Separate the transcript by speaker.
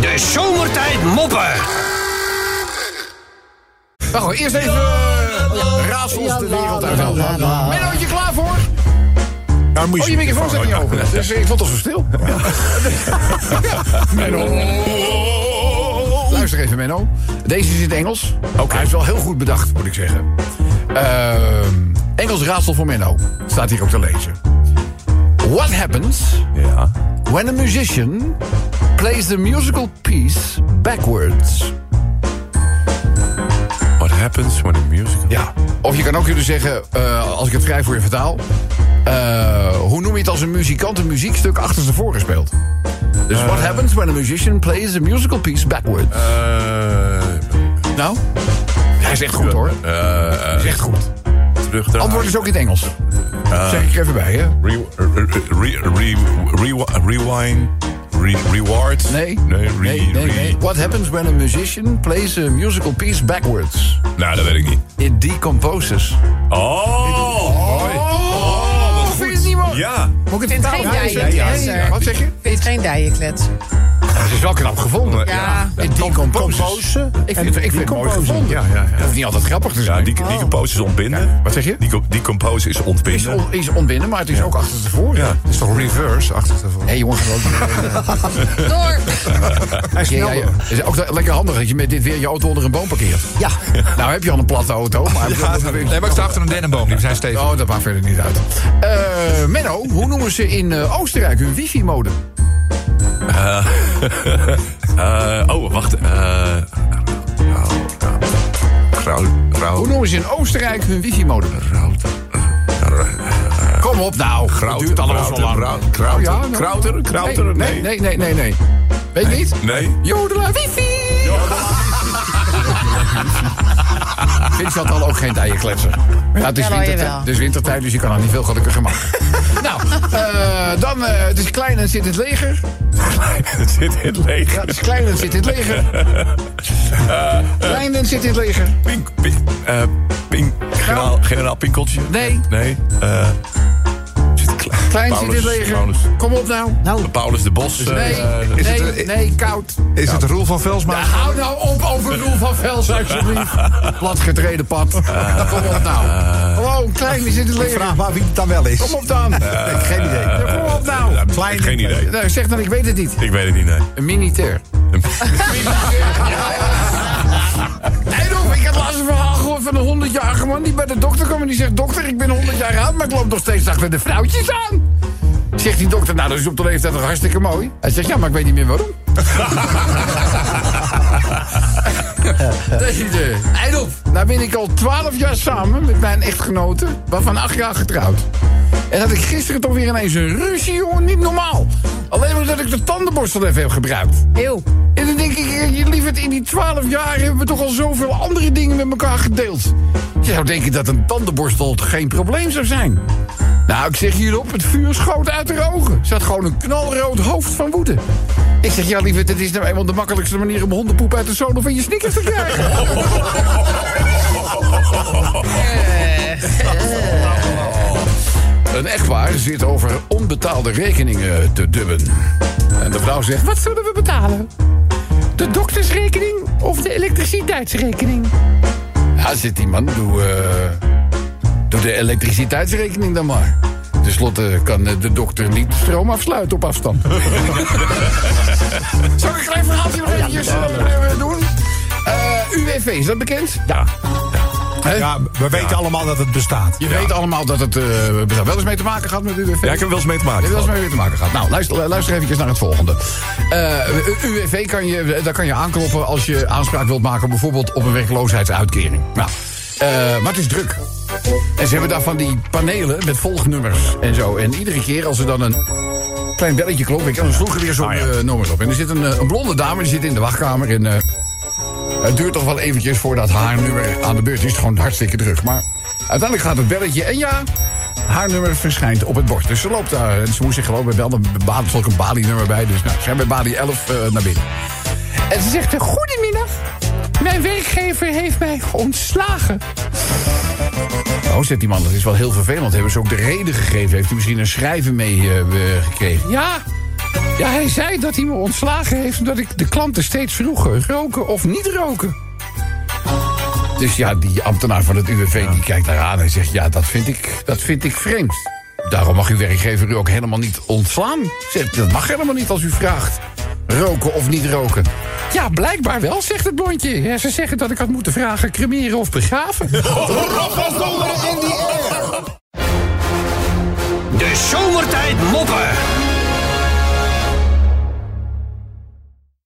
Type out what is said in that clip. Speaker 1: De zomertijd moppen.
Speaker 2: Nou goed, eerst even eh, raadsels de wereld uithalen. Menno, je klaar voor?
Speaker 3: Daar moet
Speaker 2: Oh, je microfoon staat niet open. Dus eh, ik vond het zo stil. Menno. Luister even, Menno. Deze is in het Engels. Oké. Hij is wel heel goed bedacht, moet ik zeggen. Ehm, Engels raadsel voor Menno. Staat hier ook te lezen. What happens
Speaker 3: Ja.
Speaker 2: when a musician plays the musical piece backwards?
Speaker 3: What happens when a musical...
Speaker 2: Ja. Of je kan ook kunnen zeggen, eh, als ik het vrij voor je vertaal... eh, hoe noem je het als een muzikant een muziekstuk achter tevoren speelt? Dus what happens when a musician plays a musical piece backwards? nou? Hij is echt goed, hoor.
Speaker 3: Eh, eh,
Speaker 2: Hij is echt goed.
Speaker 3: terugdraaien.
Speaker 2: Antwoord is ook in het Engels. zeg ik er even bij, hè?
Speaker 3: Re- re- re- re- rewind. Re- reward.
Speaker 2: Nee?
Speaker 3: Nee, re-
Speaker 2: nee, nee,
Speaker 3: re-
Speaker 2: nee. What happens when a musician plays a musical piece backwards?
Speaker 3: Nou, dat weet ik niet.
Speaker 2: It decomposes.
Speaker 3: Oh! Mooi. Oh, wat
Speaker 2: Vind je het niet mooi?
Speaker 3: Ja.
Speaker 2: Moet ik het in taal
Speaker 4: Geen
Speaker 2: zeggen?
Speaker 4: jij,
Speaker 2: Ja,
Speaker 4: jij,
Speaker 2: ja.
Speaker 4: jij.
Speaker 2: Wat zeg je?
Speaker 4: Vind geen dijenklets.
Speaker 2: Dat is wel knap gevonden.
Speaker 4: Ja.
Speaker 2: Die Decomposen. Ik vind het, ik vind het mooi gevonden.
Speaker 3: Ja, ja, ja.
Speaker 2: Dat hoeft niet altijd grappig te
Speaker 3: Ja,
Speaker 2: zijn.
Speaker 3: die, die compose is ontbinden.
Speaker 2: Wat zeg je?
Speaker 3: Die, co- die compose is
Speaker 2: is,
Speaker 3: ontbinden.
Speaker 2: on, is onbinnen, maar het is ook achter tevoren.
Speaker 3: Ja.
Speaker 5: is toch reverse achter te volgen?
Speaker 2: Hé jongens,
Speaker 4: Door.
Speaker 5: Hij is
Speaker 2: ja, ja. Het is ook lekker handig dat je met dit weer je auto onder een boom parkeert. Ja. Nou heb je al een platte auto, maar...
Speaker 5: Nee, maar ik sta achter een dennenboom, die zijn stevig.
Speaker 2: Oh, dat maakt verder niet uit. Eh, Menno, hoe noemen ze in eh, Oostenrijk hun wifi-modem?
Speaker 3: Eh, oh, wacht. eh rauw- rauw- rauw- rauw-
Speaker 2: Hoe noemen ze in Oostenrijk hun wifi-modem? Kom op nou. Het duurt allemaal zo lang.
Speaker 3: Krauter,
Speaker 2: Oh, ja,
Speaker 3: krauter,
Speaker 2: nou.
Speaker 3: krauter, krauter,
Speaker 2: Nee, nee,
Speaker 3: nee.
Speaker 2: nee, nee. nee. Weet je niet?
Speaker 3: Nee.
Speaker 2: Jodela wifi! Vince had al ook geen dijen kletsen. Ja, het is
Speaker 4: Jawel,
Speaker 2: wintertijd,
Speaker 4: jawel.
Speaker 2: het is wintertijd, dus je kan er niet veel gelukkiger maken. nou, eh, dan, eh, het is klein en zit in het leger.
Speaker 3: Het zit in het
Speaker 2: Ja,
Speaker 3: leeg.
Speaker 2: het is klein en zit in het leger.
Speaker 3: Eh,
Speaker 2: Klein en zit in het leger.
Speaker 3: Pink, pink, eh, pink, generaal, generaal Pinkeltje?
Speaker 2: Nee.
Speaker 3: Nee. eh, zit klein.
Speaker 2: Klein zit in het
Speaker 3: Paulus,
Speaker 2: leger.
Speaker 3: Paulus,
Speaker 2: Kom op nou.
Speaker 3: Paulus de Bos. eh,
Speaker 2: Nee,
Speaker 3: eh,
Speaker 2: nee,
Speaker 5: het, eh,
Speaker 2: nee, koud.
Speaker 5: Is het de Roel van Velsma?
Speaker 2: Ja, hou nou op over Roel van Vels, alsjeblieft. Platgetreden pad.
Speaker 3: Eh,
Speaker 2: Kom op nou. Gewoon klein is in het leger.
Speaker 5: maar wie het dan wel is.
Speaker 2: Kom op dan.
Speaker 3: Eh,
Speaker 5: Geen
Speaker 2: Ja,
Speaker 5: idee.
Speaker 2: Kom op
Speaker 3: ja,
Speaker 2: nou.
Speaker 5: Klein-
Speaker 3: geen idee.
Speaker 2: Nou, zeg dan, ik weet het niet.
Speaker 3: Ik weet het niet, nee.
Speaker 2: Een militair. Eindhoven, ik heb laatst een verhaal gehoord van een 100-jarige man die bij de dokter kwam en die zegt: Dokter, ik ben 100 jaar oud, maar ik loop nog steeds achter de vrouwtjes aan. Zegt die dokter, nou dat is op de leeftijd toch hartstikke mooi. Hij zegt, ja, maar ik weet niet meer waarom. Dat is het, eh. Eindhoven, nou ben ik al 12 jaar samen met mijn echtgenote, waarvan 8 jaar getrouwd. En had ik gisteren toch weer ineens een ruzie, jongen, niet normaal. Alleen maar dat ik de tandenborstel even heb gebruikt.
Speaker 4: Eeuw.
Speaker 2: En dan denk ik, eh, je lieverd, in die twaalf jaar hebben we toch al zoveel andere dingen met elkaar gedeeld. Je zou denken dat een tandenborstel geen probleem zou zijn. Nou, ik zeg hierop, het vuur schoot uit haar ogen. Ze had gewoon een knalrood hoofd van woede. Ik zeg, ja lieverd, dit is nou eenmaal de makkelijkste manier om hondenpoep uit de zolen van je sneakers te krijgen. Een echtpaar zit over onbetaalde rekeningen te dubben. En de vrouw zegt, wat zullen we betalen? De doktersrekening of de elektriciteitsrekening? Ja, zit die man, doe, eh, doe de elektriciteitsrekening dan maar. Ten slotte kan eh, de dokter niet de stroom afsluiten op afstand. Zal ik een klein verhaaltje nog eventjes eh, doen? Eh, UWV, is dat bekend?
Speaker 3: Ja.
Speaker 2: Hè?
Speaker 5: Eh. Ja, we weten allemaal dat het bestaat.
Speaker 2: Je weet allemaal dat het eh, daar wel eens mee te maken gaat met UWV.
Speaker 3: Ja, ik heb er wel eens mee te maken.
Speaker 2: Dit was mee weer te maken gehad. Nou, luister, luister eventjes naar het volgende. Eh, UWV kan je, daar kan je aankloppen als je aanspraak wilt maken... bijvoorbeeld op een werkloosheidsuitkering. Nou, eh, maar het is druk. En ze hebben daar van die panelen met volgnummers en zo. En iedere keer als er dan een klein belletje klonk... ik- dan sloeg er weer zo'n eh nummer op. En er zit een, eh, een blonde dame, die zit in de wachtkamer... En, eh, het duurt toch wel eventjes voordat haar nummer aan de beurt is. Het is gewoon hartstikke druk. Maar uiteindelijk gaat het belletje. En ja, haar nummer verschijnt op het bord. Dus ze loopt daar. En ze moest zich geloof ik wel een, ba- er zat ook een Bali-nummer bij. Dus nou, ze zijn bij Bali 11 eh, naar binnen. En ze zegt, goedemiddag. Mijn werkgever heeft mij ontslagen. Oh, zegt die man, dat is wel heel vervelend. Hebben ze ook de reden gegeven? Heeft hij misschien een schrijven mee eh, gekregen? Ja, Ja, hij zei dat hij me ontslagen heeft omdat ik de klanten steeds vroeger roken of niet roken. Dus ja, die ambtenaar van het UWV die kijkt daar aan en zegt... ja, dat vind, ik, dat vind ik vreemd. Daarom mag uw werkgever u ook helemaal niet ontslaan. Zegt, dat mag helemaal niet als u vraagt. Roken of niet roken? Ja, blijkbaar wel, zegt het blondje. Ja, ze zeggen dat ik had moeten vragen cremeren of begraven.
Speaker 1: De zomertijd moppen.